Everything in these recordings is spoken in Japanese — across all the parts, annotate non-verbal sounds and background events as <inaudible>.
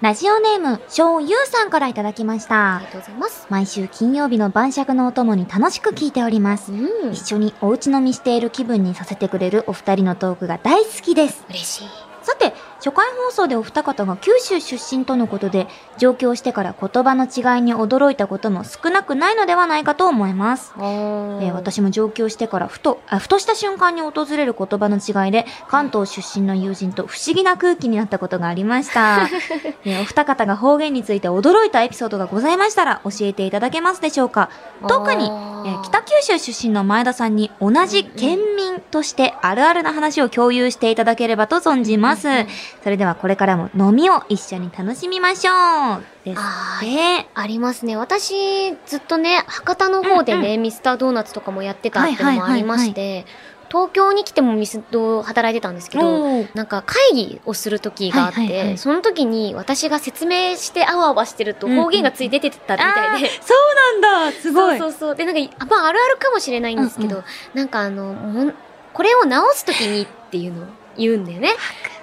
ラジオネーム、小ゆうさんからいただきましあたり。がとうございます。毎週金曜日の晩酌のお供に楽しく聞いておりますう。ん。一緒におうち飲みしている気分にさせてくれるお二人のトークが大好きです。嬉しい。さて、初回放送でお二方が九州出身とのことで、上京してから言葉の違いに驚いたことも少なくないのではないかと思います。あーえー、私も上京してからふとあ、ふとした瞬間に訪れる言葉の違いで、関東出身の友人と不思議な空気になったことがありました。 <laughs> えーお二方が方言について驚いたエピソードがございましたら教えていただけますでしょうか特に、えあーー北九州出身の前田さんに同じ県民としてあるあるな話を共有していただければと存じます。それではこれからも飲みを一緒に楽しみましょう。ですあーって。ありますね。私、ずっとね、博多の方でね、ミスタードーナツとかもやってたっていうのもありまして、東京に来てもミスド働いてたんですけど、おーなんか会議をする時があって、はいはいはいその時に私が説明してあわあわしてるとうんうん方言がつい出てたみたいで、あーそうなんだすごいそうそうそう。で、なんか、あまあ、あるあるかもしれないんですけど、うなんかあの、もんこれを直すときにっていうのを言うんだよね。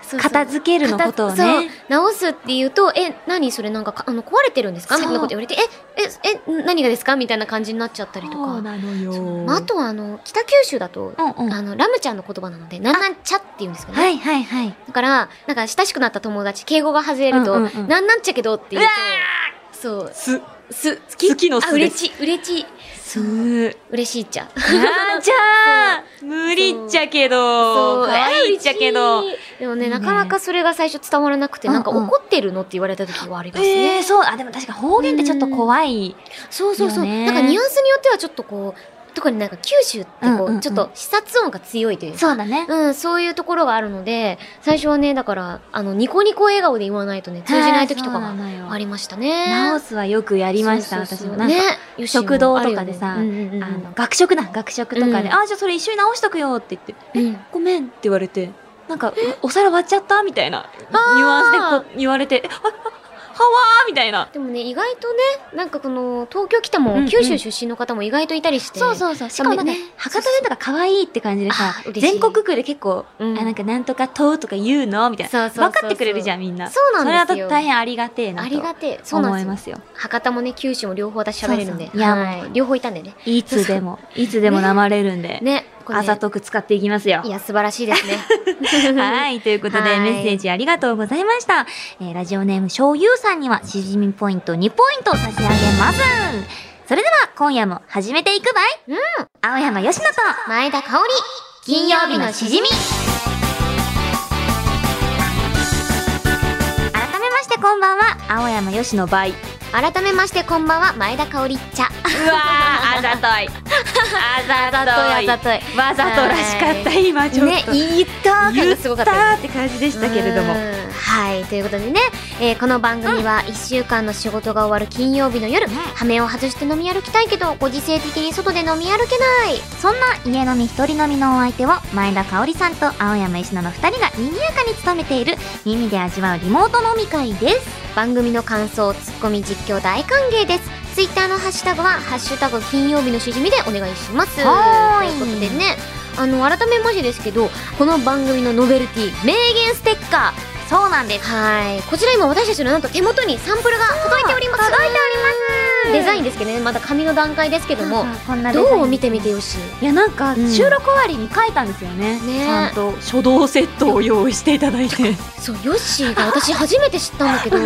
そうそう片付けるのことを片そうね。直すって言うと、え、何それなんかか、あの、壊れてるんですかみそうたいなこと言われて、え、え、え、何がですかみたいな感じになっちゃったりとか。なのよそうまあ、あとは、あの、北九州だと、うんうんあの、ラムちゃんの言葉なので、なんなんちゃって言うんですかね。はいはいはい。だから、なんか親しくなった友達、敬語が外れると、うんうんうんなんなんちゃけどって言うと、そう、す、す、好好きのあ、すで嬉すしい、嬉しい、す、なん嬉しいっちゃ。じゃー無理っちゃけど、可愛いっちゃけど。でもねいいねなかなかそれが最初伝わらなくて、うんうんなんか怒ってるのって言われた時はありますね、えー、そう、あ、でも確かに方言ってちょっと怖い。そうそうそう、いいよねなんかニュアンスによってはちょっとこう特になんか九州ってこう,、うんうんうんちょっと視察音が強いというかそうだね。うん、そういうところがあるので最初はねだからあのニコニコ笑顔で言わないとね通じない時とかあーそうながのよありましたね直すはよくやりました、そう私そうそも。うなんか、ね食堂とかでさよしもあるよねうんうんうんあの、学食だ、学食とかで、うんあ、じゃあそれ一緒に直しとくよって言って、うんごめんって言われて、なんか、お皿割っちゃったみたいな、ニュアンスでこう言われて、えあ、あはわーみたいな。でもね意外とねなんかこの東京来てうんうもん九州出身の方も意外といたりして、そうそうそう。しかもなんか、ね博多弁とか可愛いって感じでさあ、ー嬉し全い国区で結構、うんあ、なんかなんとかととか言うのみたいな。そうそうそうそう分かってくれるじゃん、みんな。そうなんでそすよれは大変ありがてえなと。ありがてえそうなん思でいすよますよ。博多もね九州も両方私喋れるんでそうそういやはもうい、両方いたんでねいつでも、いつでもなまれるんで、ねこれあねざとく使っていきますよい。や素晴らしいですね <laughs> はいい。ということで、はいメッセージありがとうございました。えーラジオネーム、しょうゆうさんには、しじみポイント2ポイントを差し上げます。それでは、今夜も始めていくばい。うん青山よしのと、前田香織金曜日のしじみ改めましてこんばんは、青山よしのバイ。改めましてこんばんは前田香織茶うわー、あざとい。あざとい。あざといわざとらしかった、今ちょっねと。言った感言がっすごかたったよねーって感じでしたけれども。はうんはいということでね、えーこの番組は1週間の仕事が終わる金曜日の夜、うん羽目を外して飲み歩きたいけどご時世的に外で飲み歩けないそんな家飲み一人飲みのお相手を前田香織さんと青山吉野の2人が賑やかに務めている耳で味わうリモート飲み会です。番組の感想ツッコミ実況大歓迎ですツイッターのハッシュタグは「ハッシュタグ金曜日のしじみ」でお願いしますはーいということでねあの改めましてですけどこの番組のノベルティ名言ステッカそうなんーです。はいこちら今私たちのなんと手元にサンプルが届いております届いております。デザインですけどねまだ紙の段階ですけどもあーこんなデザインどう見てみてよしいやなんかうん収録終わりに書いたんですよね。ねちゃんと書道セットを用意していただい <laughs> て。そうヨッシーが私初めて知ったん <laughs> だけど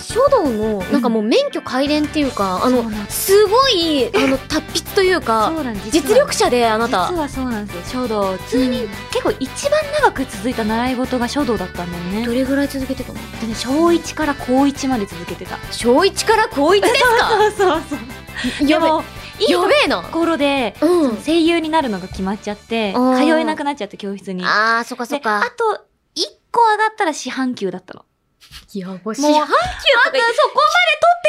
書道のなんかもう免許改伝っていうかあそのうなんですすごいあの達筆というかうなんです実力者であなた実はそうなんですよ書道普通に、うん結構一番長く続いた習い事が書道だったんだよねどれぐらい続けてたのでね小1から高1まで続けてた小一から高一ですかそうそうそうでやべもいいやとべえなころで、うん声優になるのが決まっちゃってあー通えなくなっちゃって教室にあーそっかそっであかと1個上がったら四半球だったのやばもうあとそこまで取って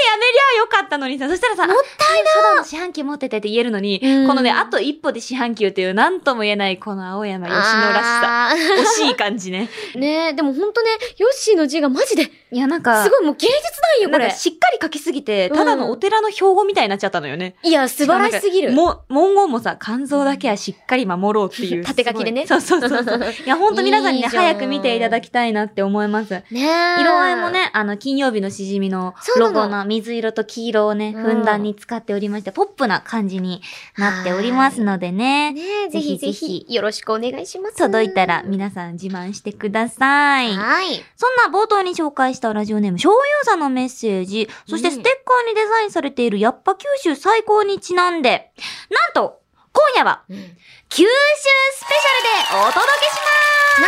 やめりゃよかったのにさそしたらさもったい書道の四半球持っててって言えるのに、うんこのねあと一歩で四半球っていう何とも言えないこの青山吉野らしさあー惜しい感じねねえでもほんとねヨッシーの字がマジですいやなんかごいもう芸術なんよこなんかれしっかり書きすぎて、ただのお寺の標語みたいになっちゃったのよね。いや素晴らしすぎるも、文言もさ、肝臓だけはしっかり守ろうっていう。 <laughs> 縦書きでねすごいそうそうそうそう。いや、ほんと皆さんにねいいじゃん早く見ていただきたいなって思います。ねえ色合いもね、ああの、金曜日のしじみのそうなロのゴの水色と黄色をね、うんふんだんに使っておりまして、ポップな感じになっておりますのでね。ねぜひぜぜひひ、よろしくお願いします。届いたら皆さん自慢してください。はい。そんな冒頭に紹介したラジオネーム、しょうゆうさんのメッセージ、そしてうんステッカーにデザインされているやっぱ九州最高にちなんで、なんと、今夜は、うん九州スペシャルでお届けしま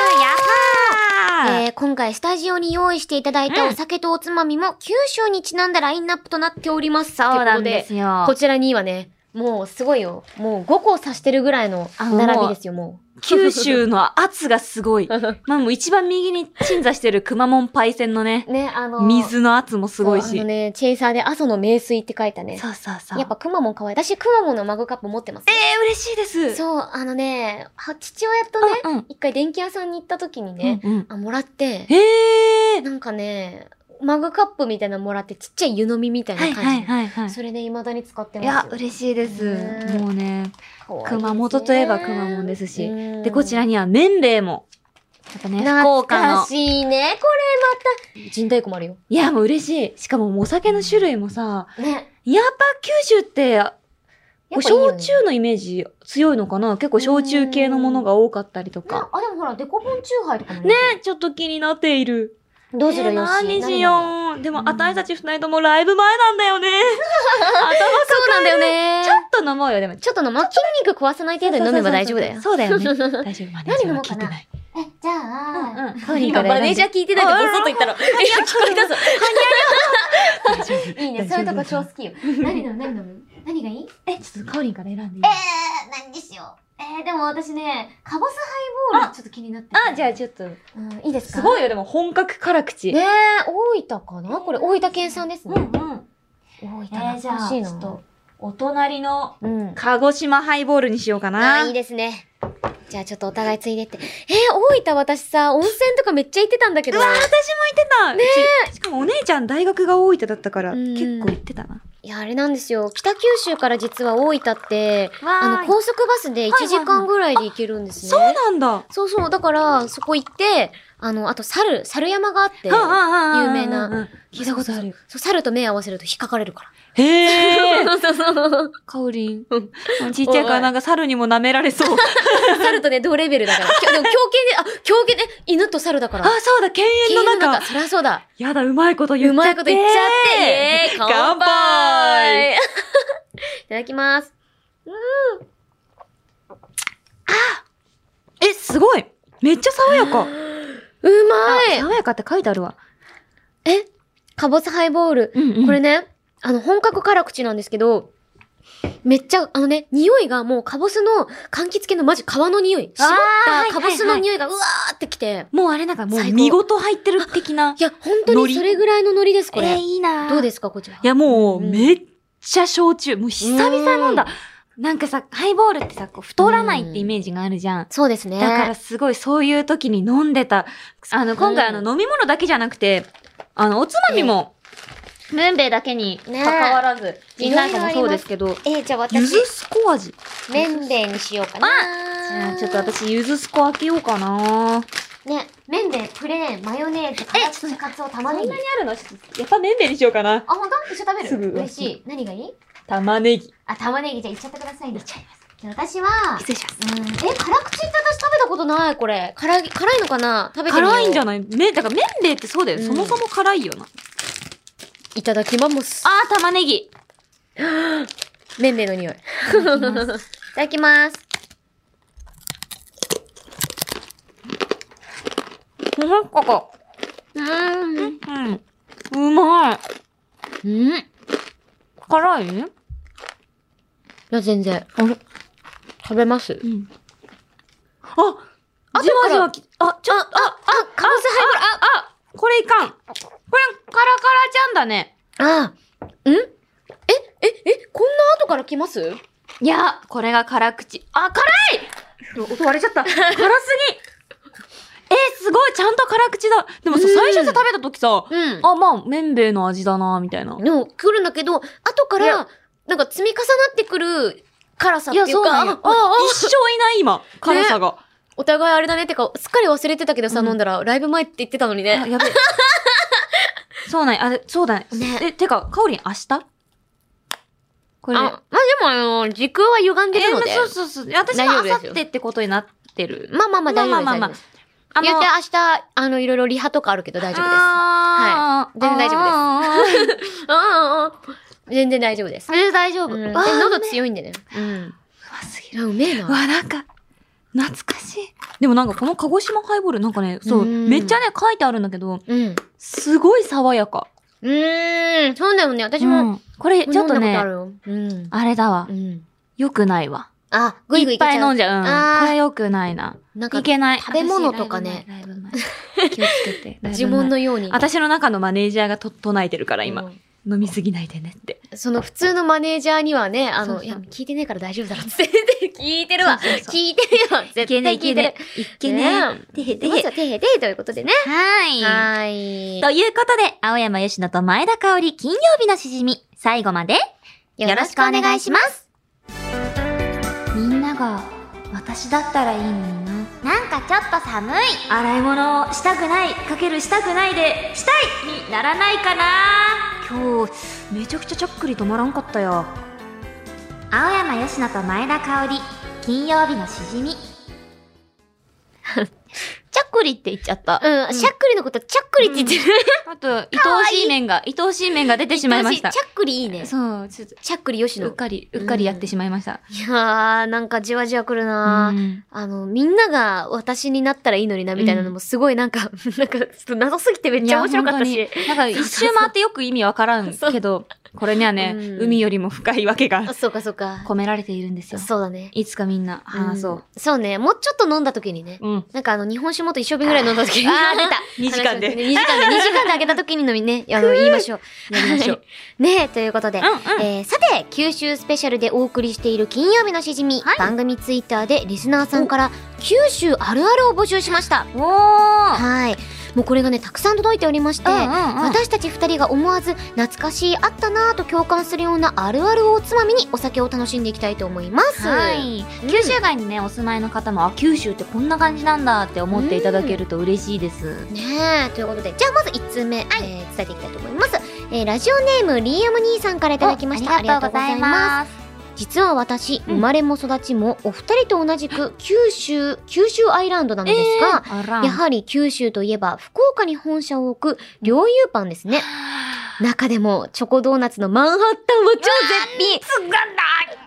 すやったー、えー今回スタジオに用意していただいたうんお酒とおつまみも九州にちなんだラインナップとなっております。そうなんですということよこ。ちらにはね、もうすごいよ。もう5個指してるぐらいのあの並びですよ、もう。九州の圧がすごい。 <laughs> まあもう一番右に鎮座してる熊門パイセンのね、ね、あの、水の圧もすごいそうあしの。ね、チェイサーで阿蘇の名水って書いたね。そうそうそう。やっぱくまモン可愛い。私、くまモンのマグカップ持ってますえ。ー、嬉しいです。そう、あのね、は父親とね、うんうん一回電気屋さんに行った時にね、うんうんあ、もらって、へえー。なんかね、マグカップみたいなのもらって、ちっちゃい湯飲みみたいなはい感じで。はいはいはい。それで未だに使っています。や、嬉しいです。ねえもうね。可愛いですね熊本といえば熊本ですし。うんで、こちらには麺類も。やっぱね、福懐岡かのし。いね、これまた。人体湖もあるよ。いや、もう嬉しい。しかももうお酒の種類もさ、ね。やっぱ九州って、やっぱいいよ焼ね酎のイメージ強いのかな結構焼酎系のものが多かったりとねか。あ、でもほら、デコポンチューハイとかも。ねえ、ちょっと気になっている。どうするえーよし。何しう。よう。でも、あたいたち二人ともライブ前なんだよね。そうなんだよね。ちょっと飲もうよ、でも。ちょっと飲ま、筋肉壊さない程度に飲めば大丈夫だよ。そうだよね。大 <laughs> 丈夫。マネージャーは聞いてない。え、じゃうんうんカオリンから選んでマネージャー <laughs> 聞いてないでボソッと言ったら、え、聞こえたぞ。いいね、そういうとこ超好 <laughs> きよ。何飲む何飲む何がいいえ、ちょっとカオリンから選んでいいえー、何にしよう。えー、でも私ね、カボスハイボールちょっと気になってて。あ、じゃあちょっと。うん、いいですかすごい。いよ、でも本格辛口。ねえ、大分かなこれ大分県産ですね。ん。大分えー、じ懐ゃかあ、しいちな。ょっと、お隣のうん。鹿児島ハイボールにしようかあな。あ、いいですね。じゃあちょっとお互いついでって。えー、大分私さ、温泉とかめっちゃ行ってたんだけうどわ、。私も行ってたねえしかもお姉ちゃん大学が大分だったから、うん結構行ってたな。いや、あれなんですよ。北九州から実は大分って、ああの、高速バスで1時間ぐらいで行けるんですね。そうなんだ。そうそう。だから、そこ行って、あの、あと猿、猿山があって、有有名な。聞いたことある。そう猿と目合わせると引っかかれるから。 <laughs> へえ。そうそう。カオリン。ちっちゃいからなんか猿にも舐められ <laughs> そう。 <laughs> 猿とね、同レベルだから。きょでも、狂犬で、あ、狂犬で、犬と猿だから。あ、そうだ、犬猿のなん中か。そりゃそうだ。やだ、うまいこと言うっちまゃいっこて。と言っちゃって。イエーイ乾乾杯 <laughs> 杯いただきます。え、すごいめっちゃ爽やか。うあまい爽やかって書いてあるわ。え、カボスハイボール。うんこれね、あの、本格辛口なんですけど、めっちゃ、あのね、匂いがもうカボスの柑橘系のマジ皮の匂い。絞っあたーカボスのはいはいはい匂いがうわーってきて。もうあれなんかもう最高見事入ってる的な。いや、本当にそれぐらいのノリです、こ <laughs> えーれ。いいなどうすですか、こちら。いや、もう、うんめっちゃ焼酎。もう久々飲んだ。なんかさ、ハイボールってさ、こう太らないってイメージがあるじゃん。そうですね。だからすごいそういう時に飲んでた。あの、今回あの飲み物だけじゃなくて、あの、おつまみも、ムンベイだけにね関わらず、みんなかもそうですけど、えー、じゃあゆずすこ味。じ麺でにしようかな。ゃあちょっと私、ゆずすこ開けようかなね、麺でプレーン、マヨネーズ、えちょっとカツオ、そ玉んなにあるのちょっとやっぱムンベイにしようかな。あ、ほんと一緒食べすぐる嬉しい。何がいい玉ねぎ。あ、玉ねぎじゃあいっちゃってくださいね。いっちゃいます。私は、失礼します。うんえ、辛口って私食べたことない、これ。辛い、辛いのかな食べてみよう辛いんじゃないね、だから麺類ってそうだよ。うんそもそも辛いよな。いただきます。あ、あー、玉ねぎ。いめんべい <laughs> の匂い。いただきますただきます。ほんここ。うーん。うん。うまい。うん。辛いいや、全然。あれ食べますうん。あ、あじわじわき、あ、ちょ、あ、あ、あ、カボスあ、これいかん。これ、カラカラちゃんだね。あ、んえ、え、え、こんな後から来ますいや、これが辛口。あ、辛い音割れちゃった。辛すぎ <laughs> え、すごい、ちゃんと辛口だ。でもさ、うん最初さ、食べた時さ、うん。あ、まあ、麺べいの味だな、みたいな。でも、来るんだけど、後かいらや、なんか積み重なってくる辛さっいていや、そううか、なんよああ一生いない、今。辛さが。お互いあれだね。てか、すっかり忘れてたけどさ、うん <laughs> 飲んだら、ライブ前って言ってたのにね。あやべえ。そうなんやあれ、そうだね。ねえ、てか、かおりん明日これ。あ、まあ、でも、あの、時空は歪んでるので。えーそうそうそう。私大が丈明夫ですよ後日ってことになってる。まあまあまあ、大丈夫です。まあまあまあまあ大丈夫ですあ言って明日、あの、いろいろリハとかあるけど大丈夫です。あーはい全然大丈夫です夫です。ああ、全然大丈夫です。全然大丈夫。うん、でわー喉うめえ強いんでね。うん。うますぎいる。や、うめえうな。わ、なんか、懐かしい。でもなんかこの鹿児島ハイボール、なんかね、そう、うんめっちゃね、書いてあるんだけど、うん。うすごい爽やか。ーん。そうだよね。私うも、んこれ、ちょっと飲んだことあねる、よ。うん。あれだわう。ん。よくないわ。あ、ぐいぐいいいっけちぱいゃ飲う。んじゃう。あうーん。これよくないな。なんかい、けない。食べ物とかね私。ライブ前ライブ前気をつ <laughs> けて。ライブ前呪文のように。私の中のマネージャーがと唱えてるから、うん今。飲みすぎないでねって。その普通のマネージャーにはね、あの、そうそういや、聞いてねえから大丈夫だろって <laughs> 言って、聞いてるわ。そうそうそう聞いてるよ。絶対聞いてる。いけねえ。ねいけねえ。てへてで、まずへ。は、てへてへということでね。はーい。はーい。ということで、青山よしのと前田香織金曜日のしじみ、最後までよろしくお願いします。みんなが、私だったらいいのにな。なんかちょっと寒い洗い物をしたくない、かけるしたくないで、したいにならないかな今日、めちゃくちゃちゃっくり止まらんかったよ。青山よしのと前田香織金曜日のしじ <laughs> みちゃっくりって言っちゃった。うん、しゃっくりのこと、ちゃっくりって言ってる。あと、愛おしい面が、愛おしい面が出てしまいました私。ちゃっくりいいね。そう、ちょっと、ちゃっくりよしうっの。かり、うっかりやってしまいました。いやー、なんかじわじわくるなー。うんあの、みんなが私になったらいいのにな、みたいなのもすごいなんか、 <laughs> なんか、ちょっと謎すぎてめっちゃ面白かったいやし。本当になんか一周回ってよく意味わからんけど、これにはね、うん海よりも深いわけあがそうかそうか。 <laughs> 込められているんですよ。そうだね。いつかみんな話そんそうね、もうちょっと飲んだ時にねう。。うん。なんかあの、日本酒もっと一生分ぐらい飲んだ時に。あー <laughs> 出た二二時間で2時間で、2時間であげた時にの <laughs> みね、あの、言いましょう。やりま <laughs> しょう。ねえ、ということで、うんうんえーさて、九州スペシャルでお送りしている金曜日のしじみ、番組ツイッターでリスナーさんから、九州あるあるを募集しました。おーはい。もうこれがね、たくさん届いておりまして、うんうんうん私たち二人が思わず懐かしいあったなぁと共感するようなあるあるをおつまみにお酒を楽しんでいきたいと思います。はい、うん九州外にねお住まいの方もあ九州ってこんな感じなんだって思っていただけると嬉しいです、ねえ、ということで、じゃあまず1通目、えー伝えていきたいと思います。えーラジオネーム、リーアム兄さんからいただきました。。おありがとうございます実は私、うん生まれも育ちも、お二人と同じく、九州、九州アイランドなのですが、あらやはり九州といえば、福岡に本社を置く、両友パンですね。中でも、チョコドーナツのマンハッタンは超絶品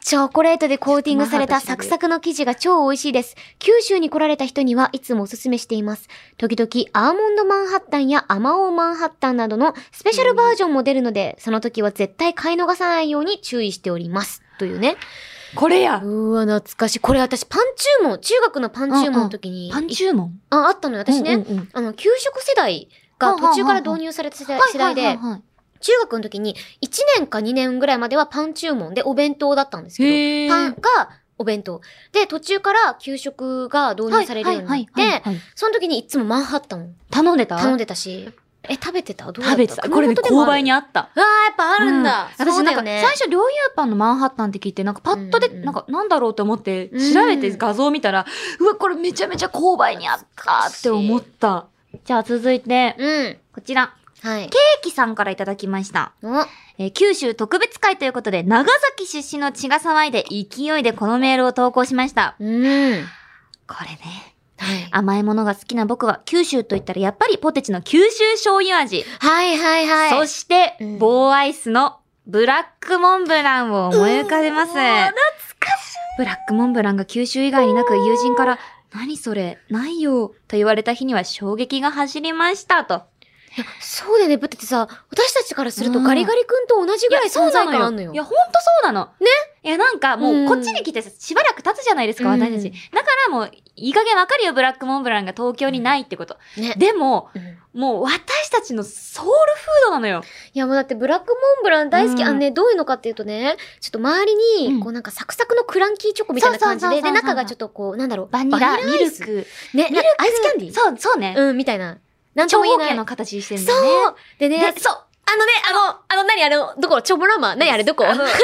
チョコレートでコーティングされたサクサクの生地が超美味しいです。九州に来られた人にはいつもおすすめしています。時々、アーモンドマンハッタンやアマオマンハッタンなどのスペシャルバージョンも出るので、その時は絶対買い逃さないように注意しております。というね。これやうわ、懐かしい。これ私、パン注文、中学のパン注文の時に、パン注文あ、あったのよ。私ね、うんうんうんあの、給食世代が途中から導入された世代世代で、中学の時に1年か2年ぐらいまではパン注文でお弁当だったんですけへど、ーパンがお弁当。で、途中から給食が導入されるようになっはいはいてはい、はいその時にいつもマンハッタン頼んでた頼んでたし、え、食べてたどうだった食べてた。熊これね、本でも購買にある。あった。うわー、やっぱあるんだ。うん私そうなんだよか、ね最。初、両友パンのマンハッタンって聞いて、なんかパッとで、うんうんなんか、なんだろうって思って、うん調べて画像見たら、うわ、これめちゃめちゃ購買にあったって思った。じゃあ続いて、うん。こちら、はい。ケーキさんからいただきました。おえー九州特別会ということで、長崎出身の血が騒いで、勢いでこのメールを投稿しました。うん。これね。はい。甘いものが好きな僕は、九州と言ったらやっぱりポテチの九州醤油味。はいはいはそい。して、うん棒アイスのブラックモンブランを思い浮かべます。懐かしい。ブラックモンブランが九州以外になく友人から、何それないよと言われた日には衝撃が走りましたと。そうだよね。だってさ、私たちからするとうんガリガリ君と同じぐらい存在感あんのよ。いや、ほんとそうなの。ねいや、なんかうもんうこっちに来てしばらく経つじゃないですか、うん私たち。だからもう、いい加減わかるよ、ブラックモンブランが東京にないってこと。ね。でも、うんもう私たちのソウルフードなのよ。いやもうだってブラックモンブラン大好き、うんあのね、どういうのかっていうとね、ちょっと周りうに、んこうなんかサクサクのクランキーチョコみたいな感じそうそで、うそうそで、う中がちょっとこう、なんだろう、バニラ、ミアイルス。ク。ね、ミルクアイスキャンディーそう、そうね。うん、みたいな。なんと長も言え方な形い。の形してるんだよね。そうでね、で、そう。あのね、あの、あの、何あの、どこチョボランマー何あれどこあの <laughs>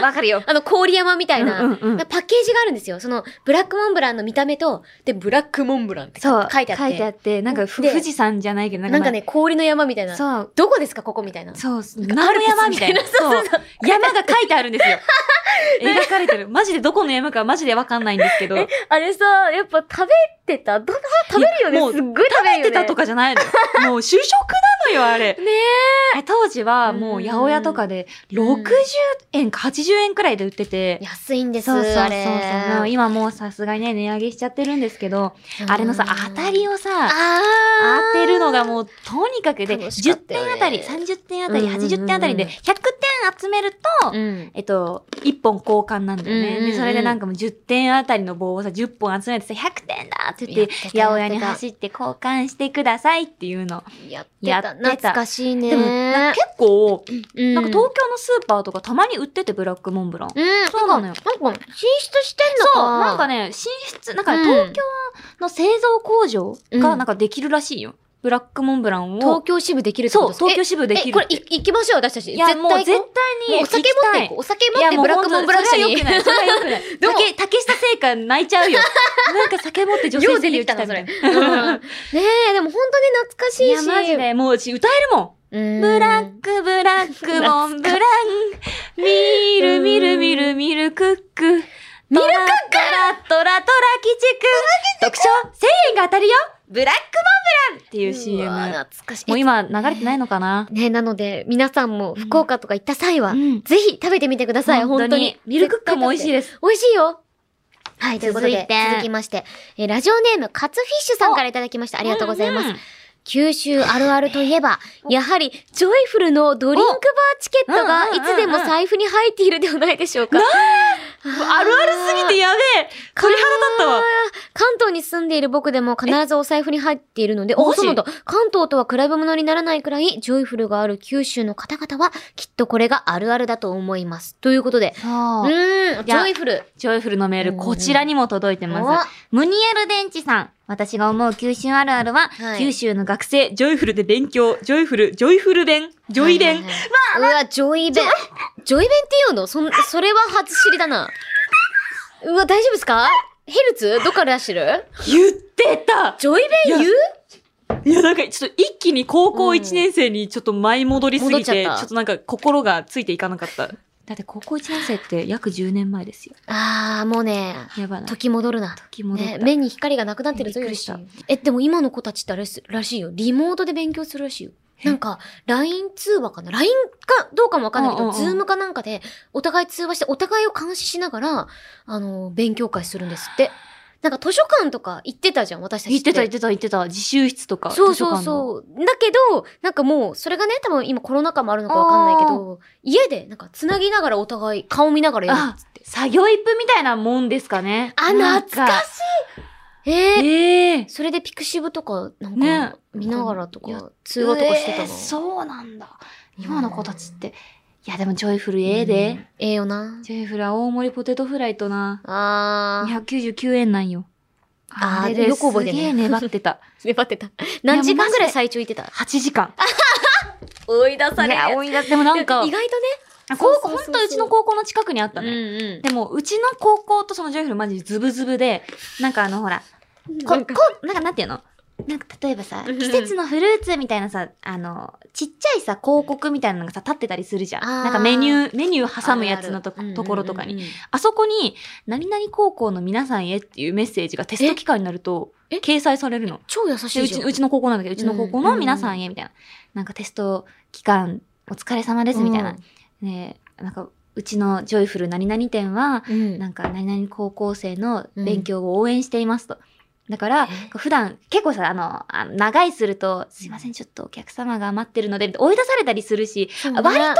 わかるよ。みあの、氷山みたいな。うんパッケージがあるんですよ。その、ブラックモンブランの見た目と、で、ブラックモンブランって書そう。いてあって。書いてあって、なんかふ、で富士山じゃないけど、なんか、ね、氷の山みたいな。そう。どこですか、ここみたいな。そう、何の山みたいな。そう。山が書いてあるん <laughs> ですよ。描かれてる。マジでどこの山かマジでわかんないんですけど。あれさ、やっぱ食べてたど食べるよね。もうすっごい食べるよ、ね。食べてたとかじゃないのよ。もう就職なのよ、あれ。ねえ。当時はもう八百屋とかで60円か80円くらいで売ってて。安いんです、そうそうそうあそうれ。もう今もうさすがにね、値上げしちゃってるんですけど、あれのさ、当たりををさ、あ当ーてるのがもうとにかくで、楽しか10ったよね点あたり、30点あたり、うんうんうん80点あたりで、100点集めると、うん。えっと、1本交換なんだよね。うんうんうんで、それでなんかもう10点あたりの棒をさ、10本集めてさ、100点だって言って、や八ってたやってた百屋に走って交換してくださいっていうの。やって。やったてた懐かしいね。でも、なんか結構、うん、なんか東京のスーパーとかたまに売ってて、ブラックモンブラン。うん、そうなのよなんか、進出してんのか。そう、なんかね、進出、なんかね、うん東京の製造工場うがんなんかできるらしいよ。ブラックモンブラン東を。京支部できるってこそとう、ですか東京支部できるって。え、これ、い行きましょう、私たち。いや、もう行こ絶対にもうお酒持っていこう。お酒持ってブラックモンブラン社に。いやもう <laughs> 本当それは良くない。それでは良もくない。竹竹下製菓泣いちゃう <laughs> よ。なんか酒持って女性よう声出て優き来たたな、みそたれ。いうんな。ねえ、でも本当に懐かしいいし。や、マジで、もううち歌えるもん。うん。ブラック、ブラック、モンブラン。みるみるみるみるクック。ミルクックトラトラトラ吉く特徴 !1000 円が当たるよブラックモンブランっていう CM。わ懐かしい。もう今流れてないのかなね、なので、皆さんも福岡とか行った際は、ん。ぜひ食べてみてください、本当に。ミルクックも美味しいい。です。美味しいよ。はい、ということで、続続いてきまして、えーラジオネーム、カツフィッシュさんからいただきました。あありがとうございます。。九州あるあるといえば、やはり、ジョイフルのドリンクバーチケットがおいつでも財布に入っているではないでしょうか。あるあるすぎてやべえ鳥肌立ったわ関東に住んでいる僕でも必ずお財布に入っているので、おマジそうなんだ関東とは比べ物にならないくらい、ジョイフルがある九州の方々は、きっとこれがあるあるだと思います。ということで、うそう。ーん、いジやョイフル。ジョイフルのメーうル、んこちらにも届いてます。ムニエル電池さん。私が思う九州あるあるは、はい九州の学生、ジョイフルで勉強、ジョイフル、ジョイフル弁、ジョイベン弁。うわ、ジョイ弁。ジョイ弁って言うのそん、それは初知りだな。うわ、大丈夫ですかヘルツどっから出してる言ってたジョイ弁言ういや、なんかちょっと一気に高校1年生にちょっと舞い戻りすぎて、うん戻っちゃったちょっとなんか心がついていかなかった。だって高校1年生って約10年前ですよ。あー、もうね、やばない。時戻るな。時戻った。ね目に光がなくなってるぞびっくよりしたえ、でも今の子たちってあれすらしいよ。リモートで勉強するらしいよ。なんか、LINE 通話かな ?LINE かどうかもわかんないけうんうんど、うんズームかなんかで、お互い通話して、お互いを監視しながら、あの、勉強会するんですって。なんか図書館とか行ってたじゃん、私たち言ってた言っててた言ってた。自習室とか。そうそうう。そう。だけど、なんかもう、それがね、多分今コロナ禍もあるのかわかんないけど、家で、なんか繋ぎながらお互い、顔見ながらやるっつって。作業一分みたいなもんですかね。あ、なん懐かしいえーええそれでピクシブとか、なんねか、見ながらとやか、通話とかしてたえーの。そうなんだ。今の子たちって。いや、でもジョイフルええうでん。。ええよな。ジョイフルは大盛りポテトフライとな。あー。 299円なんよ。あーあれでよくす覚えげてねえ粘って <laughs> た。粘ってた。何時間ぐらい最長いてた8時間。追い出いや、多いな。でもなんか意、外とね。高校、そうそうほそんうとうちの高校の近くにあったうんのよ。うん。でも、うちの高校とそのジョイフルマジズブズブで、なんかあの、ほら、こ、なんこか、なんかなんていうのなんか例えばさ、うんうん季節のフルーツみたいなさ、あの、ちっちゃいさ、広告みたいなのがさ、立ってたりするじゃん。あーなんかメニュー、メニュー挟むやつのとあるあるところとかに。。うんうんうんうんあそこに、何々高校の皆さんへっていうメッセージがテスト期間になると、え掲載されるの。超優しでいうじゃちん。うちの高校なんだけど、うちの高校の皆さんへみたいな。なんかテスト期間、お疲れ様ですみたいな。ねなんか、うちのジョイフル何々店は、うん。なんか何々高校生の勉強を応援していますと。だからえ、普段、結構さ、あの、あの長いすると、すいません、ちょっとお客様が待ってるので、追い出されたりするし、そうね割と高校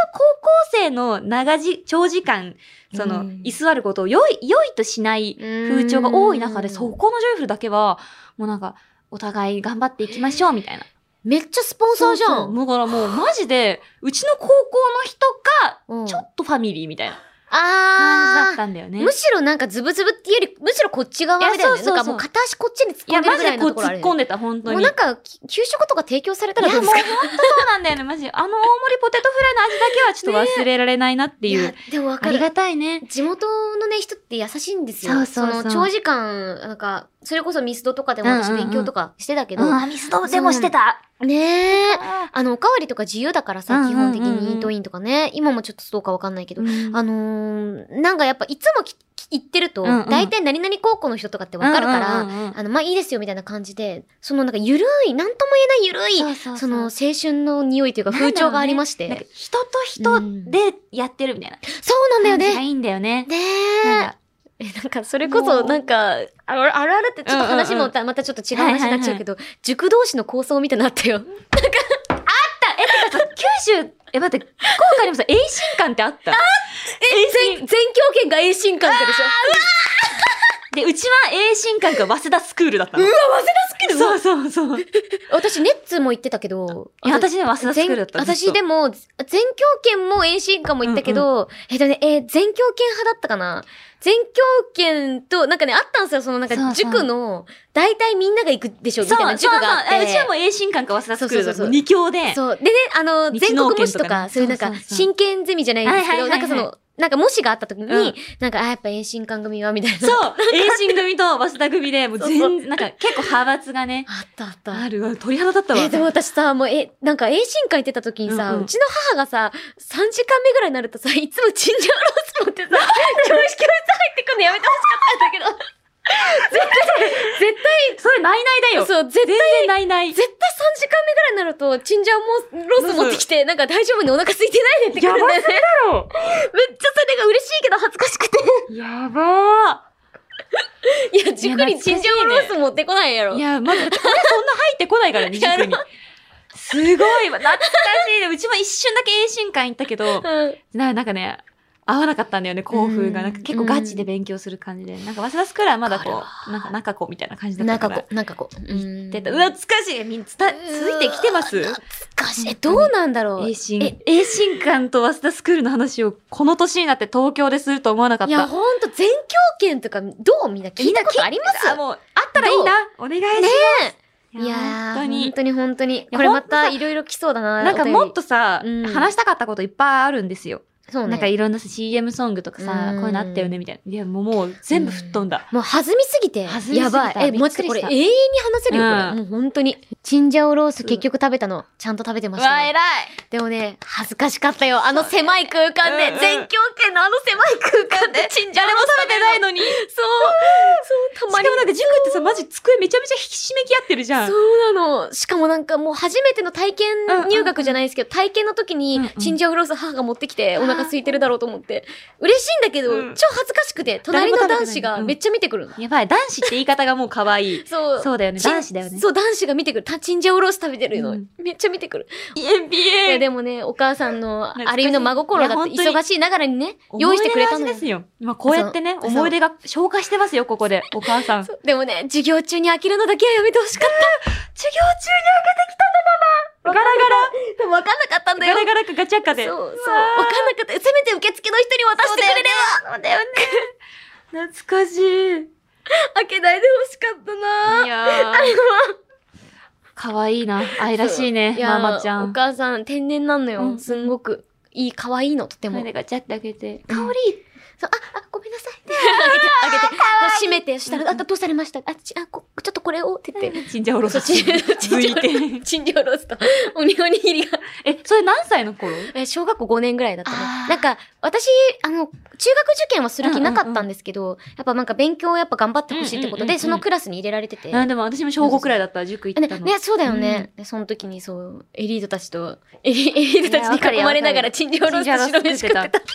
生の長じ、長時間、その、うん居座ることを良い、良いとしない風潮が多い中で、うんそこのジョイフルだけは、もうなんか、お互い頑張っていきましょう、みたいな。めっちゃスポンサーじゃん。だからもう、マジで、うちの高校の人か、うんちょっとファミリーみたいな感じだっあー。たんだよね。むしろなんかズブズブっていうより、むしろこっち側みたいいやそなうね。そうなそんうかもう片足こっちに突っい込や、んでるマぐジらいでのこうところあ突るっよね込んでた、本当もうに。なんか、き給食とか提供されたらどうですかいやもう本当そうなんなんだよね、マジ。あの大盛りポテトフライの味だけはちょっと忘れられないなっていいう。や、でもわあかりる。がたいね。地元のね、人って優しいんですよ。そうそうそうの長時間、なんか、それこそミスドとかでもう私んうんうん勉強とかしてたけど、うん、ミスドでもしてた。ねえ。あの、おかわりとか自由だからさ、うんうん基本的うんうんにイートインとかね。今もちょっとそうかわかんないけど。あのーなんかやっぱいつもきき行ってると、うんうん大体何々高校の人とかってわかるから、うんうんうんうんあの、まあいいですよみたいな感じで、そのなんかゆるい、なんとも言えないゆるい、そその青春の匂いというか風潮がありまして。なんか人と人でやってるみたいな。そうなんだよがね。いいんだよね。ねなんえか。えなんかそれこそなんか、あるあるあるってちょっと話うんもうんたまたちょっと違う話になっちゃうけど、塾同士の構想みたいになったよ。九州、え、待って、福岡にもさ、遠心館ってあった。え、全、全教圏が遠心館ってでしょで、うちは遠心館が早稲田スクールだったの。うわ、忘れなすそうそうそう。い私、ネッツも行ってたけど、や、私ね、早稲田スクールだった全私でも、も、全教圏も遠心館も行ったけど、えっとね、えー全教圏派だったかな全教圏と、なんかね、あったんですよ、そのなんそうそかう塾の、大体みんなが行くでしょ、みそうたいな塾があっそうそうて。うちはもう遠心館か早稲田スクールだったそうそうそう二強で。そう。でね、あの、日全農国研模試ととかか、ねそういうなんかそうそう、そう真剣ゼミじゃないですけはいはいはど、いはないんかその、なんか模試があった時うんに、なんか、あ、やっぱ遠心館組は、みたいな。そう遠心組と早稲田組で、もう全そうなんか結構派閥がね、あったあった。あるわ、鳥肌立ったわ。え、でも私さ、もう、え、なんか、栄心会行ってた時にうさ、うんうんちの母がさ、3時間目ぐらいになるとさ、いつもチンジャオロース <laughs> 持ってさ、常識教室入ってくんのやめてほしかったんだけど、それないないだよ。そう、絶対、全然ないない。絶対3時間目ぐらいになると、チンジャオもロース持ってきて、なんか大丈夫にお腹空いてないねってくるん <laughs> だよね。ろめっちゃそれが嬉しいけど恥ずかしくて。やばいや、塾にチンジャオロース持ってこないやろ。ー。いや、まだ、俺そんな入ってこない <laughs> からね、や塾ろに。すごいわ、懐かしいね。うちも一瞬だけ栄心館行ったけど、うん。ななんかね、合わなかったんだよね、校風うが。んなんか結構ガチで勉強する感じで。なんか、早稲田スクールはまだこう、なんか中子みたいな感じだなったんか。からこう、なんかこう。うん出た。うわ、懐かしい。みんつた、ついてきてます懐かしい。えどうなんだろう。栄心え。栄心館と早稲田スクールの話をこの年になって東京ですると思わなかっいや、た。ほんと、全教研とか、どうみんな聞いたことありますあ、もう、あったらいいな。お願いします。いや本ー、当に本。当に本当に。やこれほんまとさたいろいろ来そうだな。なんかもっとさ、お便りうん話したかったこといっぱいあるんですよ。お便り、そうね。なんかいろんなさ CM ソングとかさ、うんこういうのあったよねみたいな。いや、もうもう全部吹っ飛んだ。もう弾みすぎて。弾みすぎたやばい。え、びもっうくちょりっとこれした永遠に話せるよ、これ。うんもう本当に。チンジャオロース結局食べたの。ちゃんと食べてましたね、偉い。でもね、恥ずかしかったよ。あの狭い空間うんうで。ん全教研のあの狭い空間で。チンジャオ誰ロもース食べてないのに。しそう。そう、たまかにも。なんか塾ってさ、マジ机めちゃめちゃひしめき合ってるじゃん。そうなの。しかもなんかもう初めての体験入学じゃないですけど、体験の時にうんうん、チンジャオロース母が持ってきて、お腹空いてるだろうと思って。嬉しいんだけど、うん超恥ずかしくて、隣の誰も男子が食べてないうんめっちゃ見てくるの。。やばい。男子って言い方がもう可愛いそう。そうだよね。チン男子だよね。そう、男子が見てくる。たチンジャオロース食べてるの。うんめっちゃ見てくる。いや、 NBA! でもね、お母さんの懐かしいある意味の真心いやが本当に忙しいながらにね、用意してくれたの思い出のよ味ですよ。今こうやってね、そう思い出が消化してますよ、ここで。お母さん。授業中にでもね、授業中に飽きるのだけはやめてほしかっ開けてきたの、ママガラた。わかんなかったんだガラ、よガ。ラガラかガチャそカう、で。そう。わかんなわーかった。せめて受付の人に渡してくれれば。そうだよね。懐かしい。開けないで欲しかったないやー。かわいいな。愛らしいね、やマーマちゃおん。母さん天然なのうよ。んすんごく。いい、可愛いの、とても。こそうれでガチャって開けて。うん香りあ、あ、ごめんなさい。あげて、あげて。閉めて、したら、あ、どうされましたあ、ち、あ、こちょっとこれを、って言って。チンジャオロース。そうチン続いて。チンジャオロースと、おにおにぎりが。 <laughs> え、それ何歳の頃え小学校5年ぐらいだったねあ。ーなんか、私、あの、中学受験はする気なかったんですけど、やっぱなんか勉強をやっぱ頑張ってほしいってこうんうとで、んうんうんそのクラスに入れられてて。あ、でも私も小5くらいだった、塾行っねたの。ね、そうだよね。でその時にそう、エリートたちと、エリエリートたちに囲まれながら、チンジャオロースと白飯食ってた。 <laughs>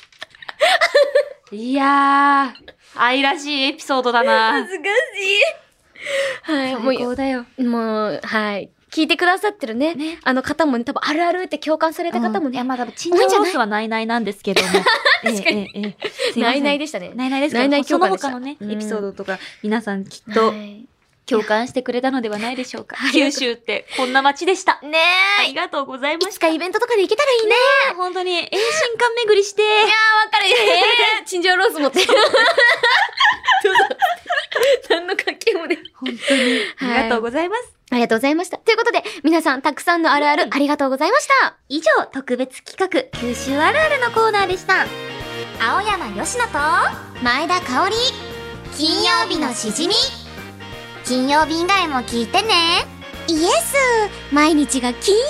いやー、愛らしいエピソードだ <laughs> な。ずかしい。はい、も最う、高だよ。もう、はい。聞いてくださってるね。ねあの方もね、多分あるあるって共感された方もうんいや、ね、まあ、多分チンジャオロースはないないなんですけども。確かに。ええええすいまなせいんないでしたね。ないないですけどないないそ共の感でした他のね、うんエピソードとか、皆さんきっとはい共感してくれたのではないでしょうかいや。九州ってこんな街でした。ねあえりがとうございまいしつかイベントとかで行けたらいいね。た。本当に、遠心館巡りして。いやー、わかる。えー、チンジャオロース持って。どうぞ何の関係もね。本当に。ありがとうございます。ありがとうございました。ということで、皆さんたくさんのあるあるありがとうございました。以上、特別企画、九州あるあるのコーナーでした。青山よしのと、前田香織、金曜日のしじみ。金曜日以外も聞いてね。イエス毎日が金曜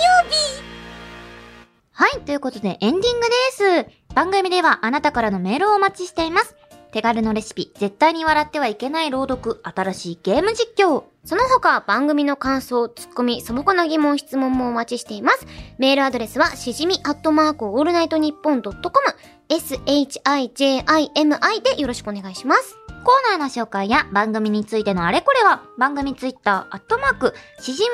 はい、ということでエンディングです。番組ではあなたからのメールをお待ちしています。手軽のレシピ、絶対に笑ってはいけない朗読、新しいゲーム実況。その他、番組の感想、ツッコミ、素朴な疑問、質問もお待ちしています。メールアドレスは、しじみアットマークオールナイトニッポンドットコム、shijimi でよろしくお願いします。コーナーの紹介や番組についてのあれこれは、番組ツイッター、アットマーク、しじみ、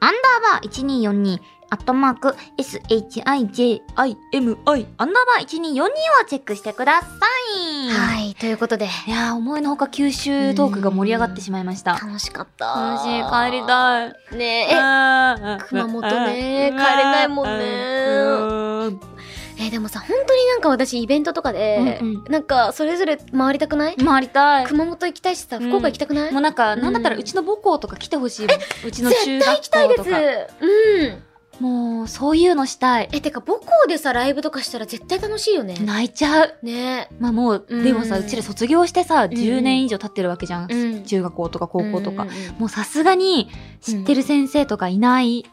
アンダーバー1242、アットマーク、shijimi、アンダーバー1242をチェックしてください。い。い、ということで、いやー、思いのほか九州トークが盛り上がってしまいました。楽楽しかった。しい、帰りたい。い。ねえ、え熊本ね帰れないもんねえーでもさ、本当になんか私、イベントとかで、うんうんなんか、それぞれ回りたくない、回りたい。熊本行きたいしさ、うん福岡行きたくない、もうなんか、うんなんだったらうちの母校とか来てほしいもん。うちの中絶対行学きたい校でとす。か。うん。もう、そういうのしたい。え、てか、母校でさ、ライブとかしたら絶対楽しいよね。泣いちゃう。ねまあもう、うんでもさ、うちら卒業してさ、ん10年以上経ってるわけじゃん。うん中学校とか高校とか。うんうんうんもうさすがに、知ってる先生とかいない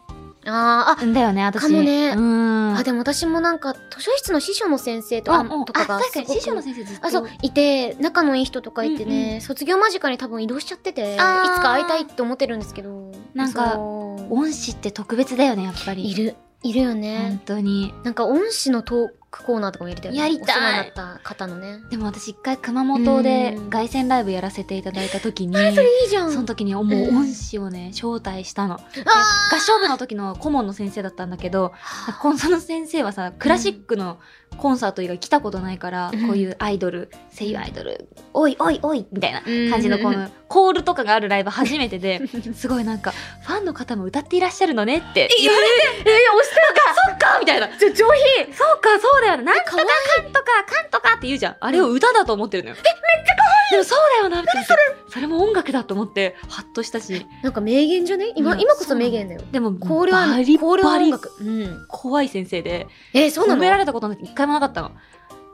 あーんだよね、私。かもねうん。あ、あ、でも私もなんか、図書室の師匠の先生とあ、かもう、とかあ、が確かに、すごく師匠の先生ずっと。あ、そう、いて、仲のいい人とかいてね、うん卒業間近に多分移動しちゃってて、いつあーか会いたいって思ってるんですけど。なんかそう恩師って特別だよね、やっぱり。いる、いるよ本ね。当に。なんか、恩師のトークコーナーとかもやりたいよね。やりたいお世話になった方のね。でも私一回熊本でうん凱旋ライブやらせていただいた時に、いいじゃん。その時にもう恩師をね、招待したの。であ合唱部の時の顧問の先生だったんだけど、コンサの先生はさ、クラシックのコンサート以外来たことないから、うんこういうアイドル、声優アイドル、おいおいおいみたいな <laughs> ー感じのこうんのコールとかがあるライブ初めて <laughs> で、すごいなんか、ファンの方も歌っていらっしゃるのねって言われえ、押したそっかみたいな。じゃ、上品そうか、そうだよね。なんとかかわいいかんとかかんとかって言うじゃん。あれを歌だと思ってるのよ。え、めっちゃ可愛いでもそうだよな、ってそれそれも音楽だと思って、ハッとしたし。なんか名言じゃね今、うん今こそ名言だよ。でも、コールは、バリコールはバ音リ楽。うん。怖い先生で、えー、そうな褒のめられたことなんて一回もなかったの。も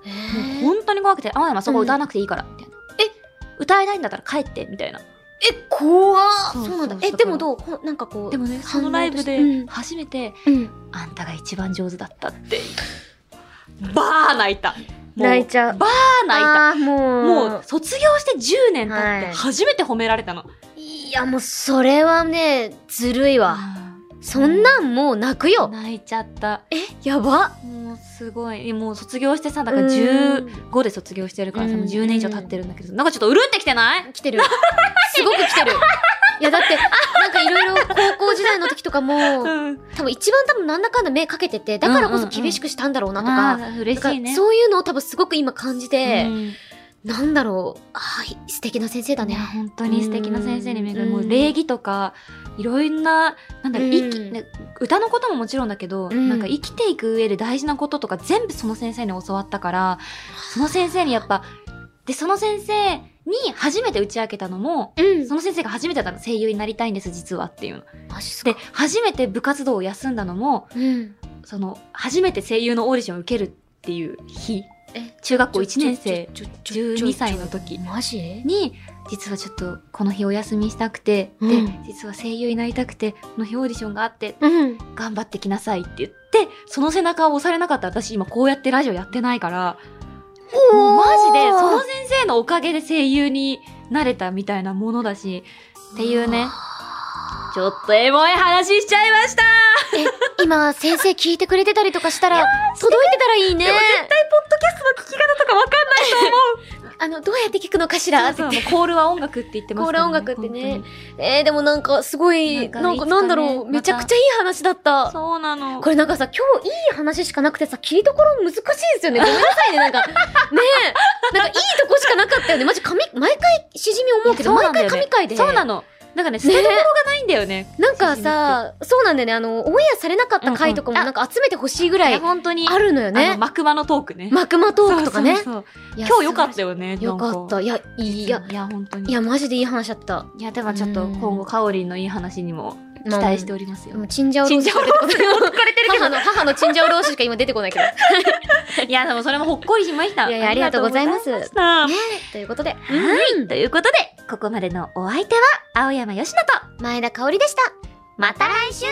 えうー本当に怖くて、青山そこ歌わなくていいから、みたいな。え歌えないんだったら帰って、みたいな。え、怖っそうそうなんだ。そうえ、そうでもどうこうなんかこう。でもね、反そ応のライブとしでて初めて、うんうんあんたが一番上手だった <laughs> って。バー泣いた。もう泣いちゃうバー泣いた。あーもう。もう卒業して10年経っはいて初めて褒められたの。いや、もうそれはね、ずるいわ。そんなんもう泣くよ。泣いちゃった。え、やば。もうすごい。もう卒業してさ、だから15で卒業してるからさ、もう10年以上経ってるんだけど、なんかちょっとうるってきてない来てる。すごく来て <laughs> る。いや、だって、なんかいろいろ高校時代の時とかも、ん。多分一番多分なんだかんだ目かけてて、だからこそ厳しくしたんだろうなとあか、あ、嬉しいなんね。かそういうのを多分すごく今感じて、うんなんだろう、はい、素敵な先生だいやね。本当に素敵な先生に恵まれうんもう礼儀とかいろんななんだろう、うん生きね歌のことももちろんだけど、んなんか生きていく上で大事なこととか全部その先生に教わったからその先生にやっぱでその先生に初めて打ち明けたのもうんその先生が初めてだったの声優になりたいんです実はっていうの。マジっすかで初めて部活動を休んだのもうん。その初めて声優のオーディションを受けるっていう日え中学校一1年生12歳の時マジに実はちょっとこの日お休みしたくて、うんで実は声優になりたくてこの日オーディションがあってうん。頑張ってきなさいって言ってその背中を押されなかった私今こうやってラジオやってないからもうマジでその先生のおかげで声優になれたみたいなものだしっていうねちょっとエモい話しちゃいました今、先生聞いてくれてたりとかしたら、届いてたらいいね。聞き方とかわかんないあの、どうやって聞くのかしだらっっててもうコールは音楽って言ってますから、コールは音楽ってねえー、でもなんか、すごい、ななんんか、かなんだろいつう、かねめちゃくちゃいい話だった。そうなのこれなんかさ、今日いい話しかなくてさ、切りどころ難しいですよね。ごめんなさい <laughs> ね、なんか。ねえ。なんかいいとこしかなかったよね。マジ、髪、毎回しじみ思うけど、いやそうな毎んだ回よね神回で。そうなのなんかね捨てどころがないんだよねなんかさ、そうなんだよね。あの、オンエアされなかった回とかうもんうんなんか集めてほしいぐらいいや本当にあるのよあのね。マクマのトークね。マクマトークとかね。そうそういやそう今日良かったよね。よかった。いや、いいやや、、いや、本当いに。や、マジでいい話だった。いや、ではちょっと今後、カオリンのいい話にも期待しておりますよ。もうチンジャオロースチンジャオロースかれてるけど母の母のチンジャオロースしか今出てこないけ <laughs> どいや、でもそれもほっこりしました。いやいやありがとうございますありがとうございましということでたはい。ということで、ここまでのお相手は、青山よしのと、前田香織でしたまた来週